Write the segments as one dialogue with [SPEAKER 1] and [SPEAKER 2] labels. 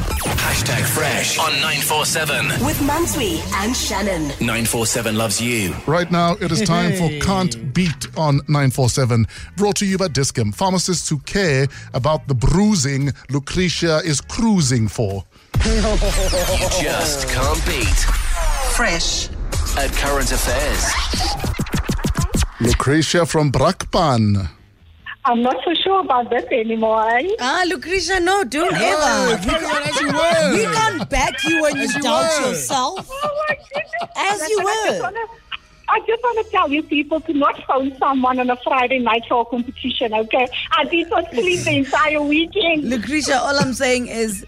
[SPEAKER 1] Hashtag Fresh on 947.
[SPEAKER 2] With Mansui and Shannon.
[SPEAKER 1] 947 loves you.
[SPEAKER 3] Right now, it is time for Can't Beat on 947, brought to you by Discam, pharmacists who care about the bruising Lucretia is cruising for.
[SPEAKER 1] You just can't beat
[SPEAKER 2] Fresh.
[SPEAKER 1] at current affairs.
[SPEAKER 3] Lucretia from Brakpan.
[SPEAKER 4] I'm not so sure about that anymore. eh?
[SPEAKER 5] Ah, Lucretia, no, don't ever.
[SPEAKER 6] Keep it as you were.
[SPEAKER 5] We can't back you when you
[SPEAKER 6] Oh, As you
[SPEAKER 5] doubt
[SPEAKER 6] were.
[SPEAKER 5] yourself.
[SPEAKER 4] Oh my goodness.
[SPEAKER 5] As you
[SPEAKER 4] I just
[SPEAKER 5] were.
[SPEAKER 4] wanna- I just want to tell you people to not phone someone on a Friday night for a competition, okay? I did not sleep the entire weekend.
[SPEAKER 5] Lucretia, all I'm saying is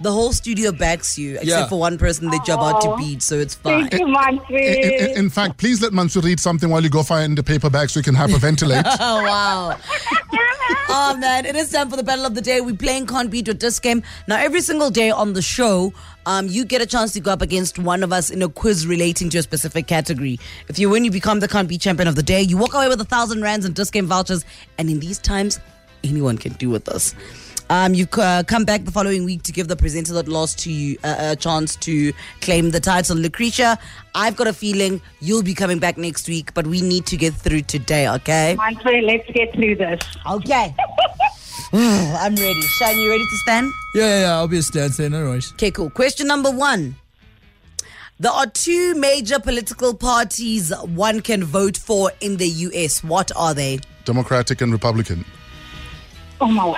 [SPEAKER 5] the whole studio backs you, except
[SPEAKER 6] Yeah.
[SPEAKER 5] for one person that you're about to beat, so it's fine.
[SPEAKER 4] Oh. Thank
[SPEAKER 3] In,
[SPEAKER 4] you,
[SPEAKER 3] in-
[SPEAKER 4] Manfred.
[SPEAKER 3] in fact, please let Mansu read something while you go find a paper bag so you can hyperventilate.
[SPEAKER 5] Oh, wow. oh, man. It is time for the battle of the day. We're playing Can't Beat Your Disc game. Now, every single day on the show, um, you get a chance to go up against one of us in a quiz relating to a specific category. If you win, you become the Can't Beat champion of the day. You walk away with a thousand rands and disc game vouchers. And in these times, anyone can do with this. Um, you uh, come back the following week to give the presenter that lost to you uh, a chance to claim the title. Lucretia, I've got a feeling you'll be coming back next week, but we need to get through today, okay?
[SPEAKER 4] Manfred, let's get through this.
[SPEAKER 5] Okay. I'm ready. Shine, you ready to stand?
[SPEAKER 6] Yeah, yeah, yeah, I'll be a stand there, no worries.
[SPEAKER 5] Okay, cool. Question number one. There are two major political parties one can vote for in the US. What are they?
[SPEAKER 3] Democratic and Republican.
[SPEAKER 4] Oh my word.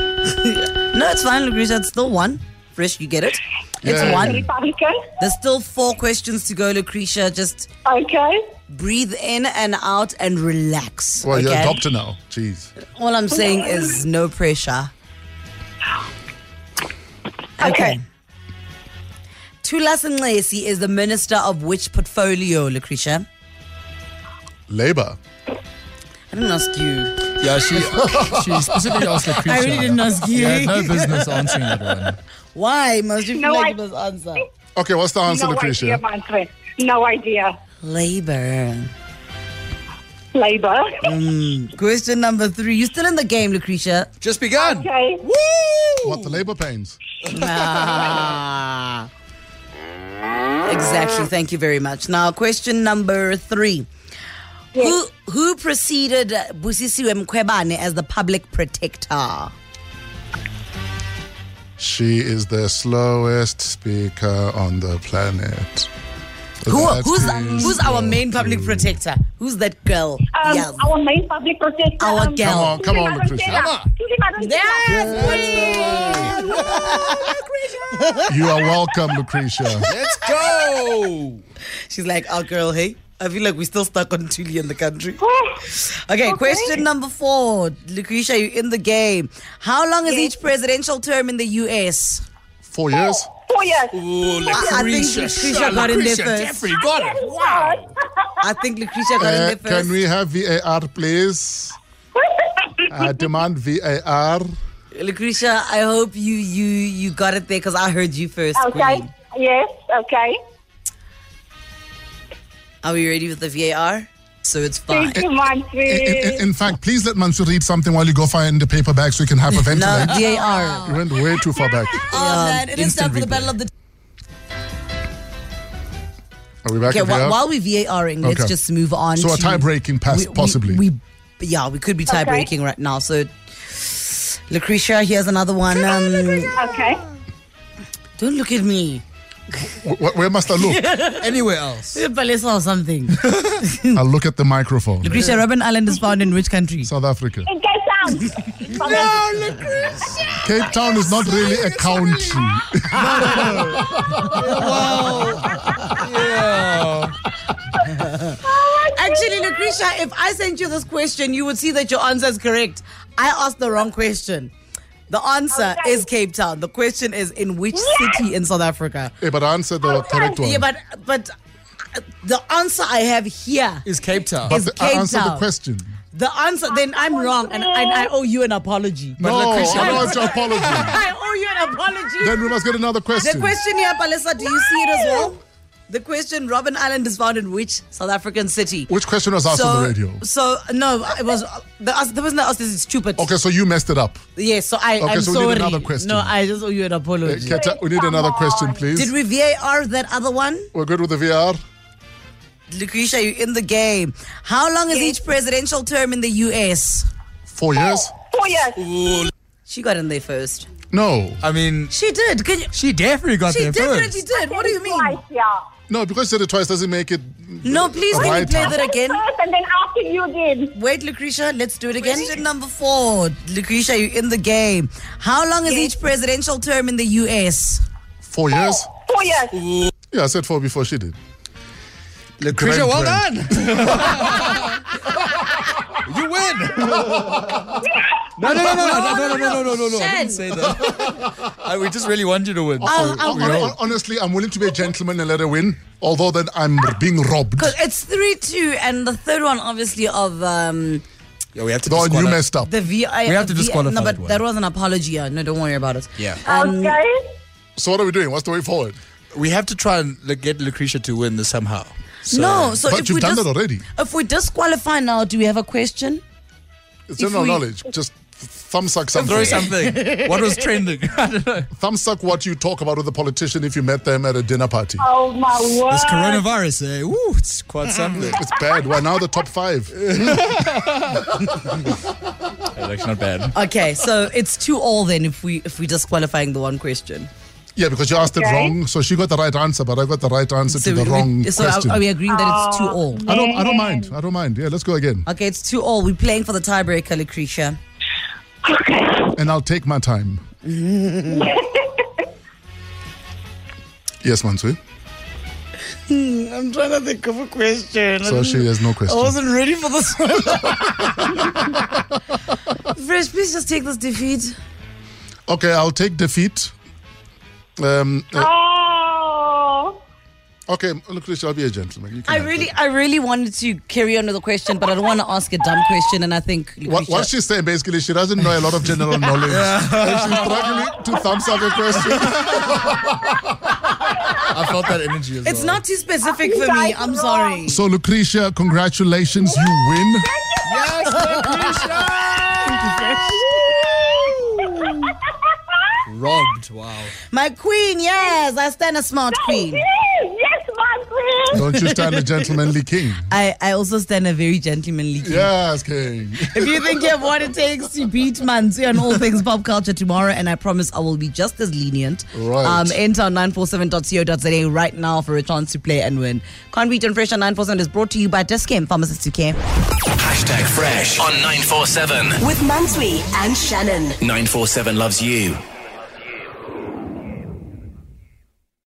[SPEAKER 5] No, it's fine, Lucretia. It's still one. Fresh, you get it. It's
[SPEAKER 3] Yeah.
[SPEAKER 5] one.
[SPEAKER 4] Republican?
[SPEAKER 5] There's still four questions to go, Lucretia. Just
[SPEAKER 4] Okay.
[SPEAKER 5] breathe in and out and relax.
[SPEAKER 3] Well, you're a
[SPEAKER 5] okay?
[SPEAKER 3] doctor now. Jeez.
[SPEAKER 5] All I'm saying is no pressure.
[SPEAKER 4] Okay.
[SPEAKER 5] Tula Nlesi is the minister of which portfolio, Lucretia?
[SPEAKER 3] Labour.
[SPEAKER 5] I didn't ask you.
[SPEAKER 6] Yeah, she she specifically asked the creature.
[SPEAKER 5] I really didn't ask you.
[SPEAKER 6] Yeah, I had no business answering that one.
[SPEAKER 5] Why must you
[SPEAKER 4] No,
[SPEAKER 5] feel
[SPEAKER 4] I-
[SPEAKER 5] like you must answer?
[SPEAKER 3] Okay, what's the answer,
[SPEAKER 4] no idea,
[SPEAKER 3] Lucretia?
[SPEAKER 4] Manfred. No idea.
[SPEAKER 5] Labor.
[SPEAKER 4] Labour.
[SPEAKER 5] Question number three. You still in the game, Lucretia?
[SPEAKER 6] Just begun.
[SPEAKER 4] okay.
[SPEAKER 3] What, the labour pains?
[SPEAKER 5] Ah. Exactly. Thank you very much. Now, question number three. Who who preceded Busisiwe Mkwebane as the public protector?
[SPEAKER 3] She is the slowest speaker on the planet.
[SPEAKER 5] Who,
[SPEAKER 3] That
[SPEAKER 5] who's
[SPEAKER 3] is
[SPEAKER 5] who's our main
[SPEAKER 3] not
[SPEAKER 5] public
[SPEAKER 3] true.
[SPEAKER 5] protector? Who's that girl?
[SPEAKER 4] Um,
[SPEAKER 5] yes.
[SPEAKER 4] Our main public protester.
[SPEAKER 5] Our
[SPEAKER 4] um,
[SPEAKER 5] girl. Come
[SPEAKER 3] on, come on,
[SPEAKER 4] Susi
[SPEAKER 3] Lucretia.
[SPEAKER 4] Madonsela.
[SPEAKER 6] Come on.
[SPEAKER 4] Susi Madonsela.
[SPEAKER 5] Yes, please.
[SPEAKER 3] You are welcome, Lucretia.
[SPEAKER 6] Let's go.
[SPEAKER 5] She's like, oh, girl, hey, I feel like we're still stuck on Tuli in the country. Okay, question number four. Lucretia, you're in the game. How long is each presidential term in the US?
[SPEAKER 3] Four years?
[SPEAKER 5] Oh,
[SPEAKER 4] Four years.
[SPEAKER 6] Ooh,
[SPEAKER 5] I think
[SPEAKER 6] Lucretia.
[SPEAKER 5] Lucretia got in there
[SPEAKER 6] Lucretia
[SPEAKER 5] first.
[SPEAKER 6] Jeffrey got it. Wow.
[SPEAKER 5] I think Lucretia got
[SPEAKER 3] Uh,
[SPEAKER 5] in there first.
[SPEAKER 3] can we have VAR, please? I demand VAR.
[SPEAKER 5] Lucretia, I hope you you you got it there because I heard you first.
[SPEAKER 4] Okay.
[SPEAKER 5] queen.
[SPEAKER 4] Yes. Okay.
[SPEAKER 5] Are we ready with the VAR? So it's fine.
[SPEAKER 4] Thank
[SPEAKER 3] In,
[SPEAKER 4] you,
[SPEAKER 5] eh,
[SPEAKER 3] in-
[SPEAKER 4] Manfred.
[SPEAKER 3] in fact, please let Mansu read something while you go find the paper bag so you can
[SPEAKER 5] No,
[SPEAKER 3] hyperventilate.
[SPEAKER 5] VAR.
[SPEAKER 3] You went way too far back.
[SPEAKER 5] Oh, man, it is time
[SPEAKER 6] Instant
[SPEAKER 5] for the
[SPEAKER 6] replay.
[SPEAKER 5] battle of the.
[SPEAKER 3] Are we back
[SPEAKER 5] Okay,
[SPEAKER 3] in VAR?
[SPEAKER 5] while, while we're VARing, let's
[SPEAKER 3] Okay.
[SPEAKER 5] just move on.
[SPEAKER 3] So a
[SPEAKER 5] to-
[SPEAKER 3] tie-breaking pass, possibly.
[SPEAKER 5] We, yeah, we could be tie breaking right now. So, Lucretia, here's another one. Um,
[SPEAKER 4] Okay.
[SPEAKER 5] don't look at me.
[SPEAKER 3] Wh- where must I look?
[SPEAKER 6] Anywhere else?
[SPEAKER 5] Palesa or something.
[SPEAKER 3] I'll look at the microphone.
[SPEAKER 5] Lucretia, Robben Island is found in which country?
[SPEAKER 3] South Africa.
[SPEAKER 4] In Cape Town.
[SPEAKER 6] No, Lucretia.
[SPEAKER 3] Cape Town is not really a country.
[SPEAKER 6] Yeah.
[SPEAKER 5] Actually, Lucretia, if I sent you this question, you would see that your answer is correct. I asked the wrong question. The answer
[SPEAKER 4] Okay.
[SPEAKER 5] is Cape Town. The question is in which city in South Africa?
[SPEAKER 3] Eh, but I answered the correct one.
[SPEAKER 5] Yeah, but but uh, the answer I have here
[SPEAKER 6] Is Cape Town.
[SPEAKER 5] Is-
[SPEAKER 3] The- I
[SPEAKER 5] Cape
[SPEAKER 3] answered the
[SPEAKER 5] Town.
[SPEAKER 3] question.
[SPEAKER 5] The answer, then I'm wrong, and, and I owe you an apology.
[SPEAKER 3] No,
[SPEAKER 6] Lucretia-
[SPEAKER 3] I don't want your apology.
[SPEAKER 5] I owe you an apology.
[SPEAKER 3] Then we must get another
[SPEAKER 5] The
[SPEAKER 3] question.
[SPEAKER 5] question here, Palesa, do you see it as well? The question Robin Island is found in which South African city?
[SPEAKER 3] Which question was asked on the radio?
[SPEAKER 5] So no, it was the, ask- the person that asked this is stupid.
[SPEAKER 3] Okay, so you messed it up.
[SPEAKER 5] Yes, so I
[SPEAKER 3] Okay,
[SPEAKER 5] I'm
[SPEAKER 3] so we need
[SPEAKER 5] sorry.
[SPEAKER 3] another question.
[SPEAKER 5] No, I just owe you an
[SPEAKER 3] Uh,
[SPEAKER 5] apology.
[SPEAKER 3] Keta, we need another question, please.
[SPEAKER 5] Did we VAR that other one?
[SPEAKER 3] We're good with the VR.
[SPEAKER 5] Lucretia, you're in the game. How long is each presidential term in the US?
[SPEAKER 3] Four years?
[SPEAKER 4] Four years.
[SPEAKER 5] She got in there first.
[SPEAKER 3] No.
[SPEAKER 6] I mean,
[SPEAKER 5] She did. Can you,
[SPEAKER 6] she definitely got
[SPEAKER 5] she
[SPEAKER 6] there
[SPEAKER 5] definitely
[SPEAKER 6] first.
[SPEAKER 5] did. What do you mean?
[SPEAKER 4] Twice, yeah.
[SPEAKER 3] No, because you said it twice doesn't make it.
[SPEAKER 5] No, please can you
[SPEAKER 3] Right.
[SPEAKER 5] play that again?
[SPEAKER 4] First and then after you again.
[SPEAKER 5] Wait, Lucretia, let's do it again. Question number four. Lucretia, you're in the game. How long is each presidential term in the US?
[SPEAKER 3] Four years?
[SPEAKER 4] Four years.
[SPEAKER 3] Yeah, I said four before she did.
[SPEAKER 6] Lucretia,
[SPEAKER 3] Grand
[SPEAKER 6] well
[SPEAKER 3] grand.
[SPEAKER 6] done. you win. No, no, no, no, no, no, no, no, no, no, no. I didn't say that. I, we just really want you to win.
[SPEAKER 5] I'll- I'll-
[SPEAKER 6] We hope.
[SPEAKER 3] Hon- Honestly, I'm willing to be a gentleman and let her win, although then I'm being robbed.
[SPEAKER 5] Because it's 3 2, and the third one, obviously, of um,
[SPEAKER 6] Yeah, we have to
[SPEAKER 3] No, you
[SPEAKER 6] disqualify.
[SPEAKER 3] messed up.
[SPEAKER 5] the VI.
[SPEAKER 6] We have to
[SPEAKER 5] VI
[SPEAKER 6] disqualify
[SPEAKER 5] No, but
[SPEAKER 6] that one.
[SPEAKER 5] that was an apology. yeah. No, don't worry about it.
[SPEAKER 6] Yeah.
[SPEAKER 5] Um,
[SPEAKER 4] okay.
[SPEAKER 3] So what are we doing? What's the way forward?
[SPEAKER 6] We have to try and like, get Lucretia to win this somehow. So,
[SPEAKER 5] no, so
[SPEAKER 3] But
[SPEAKER 5] if
[SPEAKER 3] you've
[SPEAKER 5] we
[SPEAKER 3] done
[SPEAKER 5] dis-
[SPEAKER 3] that already.
[SPEAKER 5] If we disqualify now, do we have a question?
[SPEAKER 3] It's general
[SPEAKER 5] we-
[SPEAKER 3] knowledge. Just thumb suck something.
[SPEAKER 6] Throw something. what was trending? I don't know.
[SPEAKER 3] Thumb suck what you talk about with a politician if you met them at a dinner party.
[SPEAKER 4] Oh my word.
[SPEAKER 6] This coronavirus, eh? Woo, it's quite something.
[SPEAKER 3] It's bad. We're now the top five.
[SPEAKER 6] That's not bad.
[SPEAKER 5] Okay, so it's two all then if we if we disqualifying the one question.
[SPEAKER 3] Yeah, because you asked it
[SPEAKER 4] Okay.
[SPEAKER 3] wrong. So she got the right answer, but I got the right answer to the
[SPEAKER 5] we,
[SPEAKER 3] wrong
[SPEAKER 5] we, so uh, are-
[SPEAKER 3] question.
[SPEAKER 5] are we agreeing that it's two all?
[SPEAKER 3] I don't. I don't mind. I don't mind. Yeah, let's go again.
[SPEAKER 5] Okay, it's two all. We're playing for the tiebreaker, Lucretia.
[SPEAKER 3] And I'll take my time. yes, Mansui.
[SPEAKER 5] Hmm, I'm trying to think of a question.
[SPEAKER 3] So she has no question.
[SPEAKER 5] ready for this one. Fresh, please just take this defeat.
[SPEAKER 3] Okay, I'll take defeat. Um, uh,
[SPEAKER 4] Oh.
[SPEAKER 3] okay, look, Richard, I'll be a gentleman. You can
[SPEAKER 5] I
[SPEAKER 3] have
[SPEAKER 5] really,
[SPEAKER 3] that.
[SPEAKER 5] I really wanted to carry on with the question, but I don't want to ask a dumb question. And I think
[SPEAKER 3] What, what she's saying basically, she doesn't know a lot of general knowledge. And she's struggling to thumbs up a question.
[SPEAKER 6] I felt that energy as well.
[SPEAKER 5] it's not too specific
[SPEAKER 4] You
[SPEAKER 5] for me.
[SPEAKER 4] guys
[SPEAKER 5] I'm
[SPEAKER 4] are
[SPEAKER 5] sorry.
[SPEAKER 3] So, Lucretia, congratulations, you win.
[SPEAKER 6] Yes, Lucretia! Robbed, wow.
[SPEAKER 5] My queen, yes, I stand a smart queen.
[SPEAKER 4] yes, my friend.
[SPEAKER 3] Don't you stand a gentlemanly king?
[SPEAKER 5] I, I also stand a very gentlemanly queen.
[SPEAKER 3] Yes, king.
[SPEAKER 5] If you think you have what it takes to beat Mansu and all things pop culture tomorrow, and I promise I will be just as lenient.
[SPEAKER 3] Right.
[SPEAKER 5] Um, enter on 947.co.za right now for a chance to play and win. Can't beat and fresh on 947 is brought to you by Disc Game Pharmacist Who Care.
[SPEAKER 1] Hashtag fresh on 947.
[SPEAKER 2] With Mansui and Shannon.
[SPEAKER 1] 947 loves you.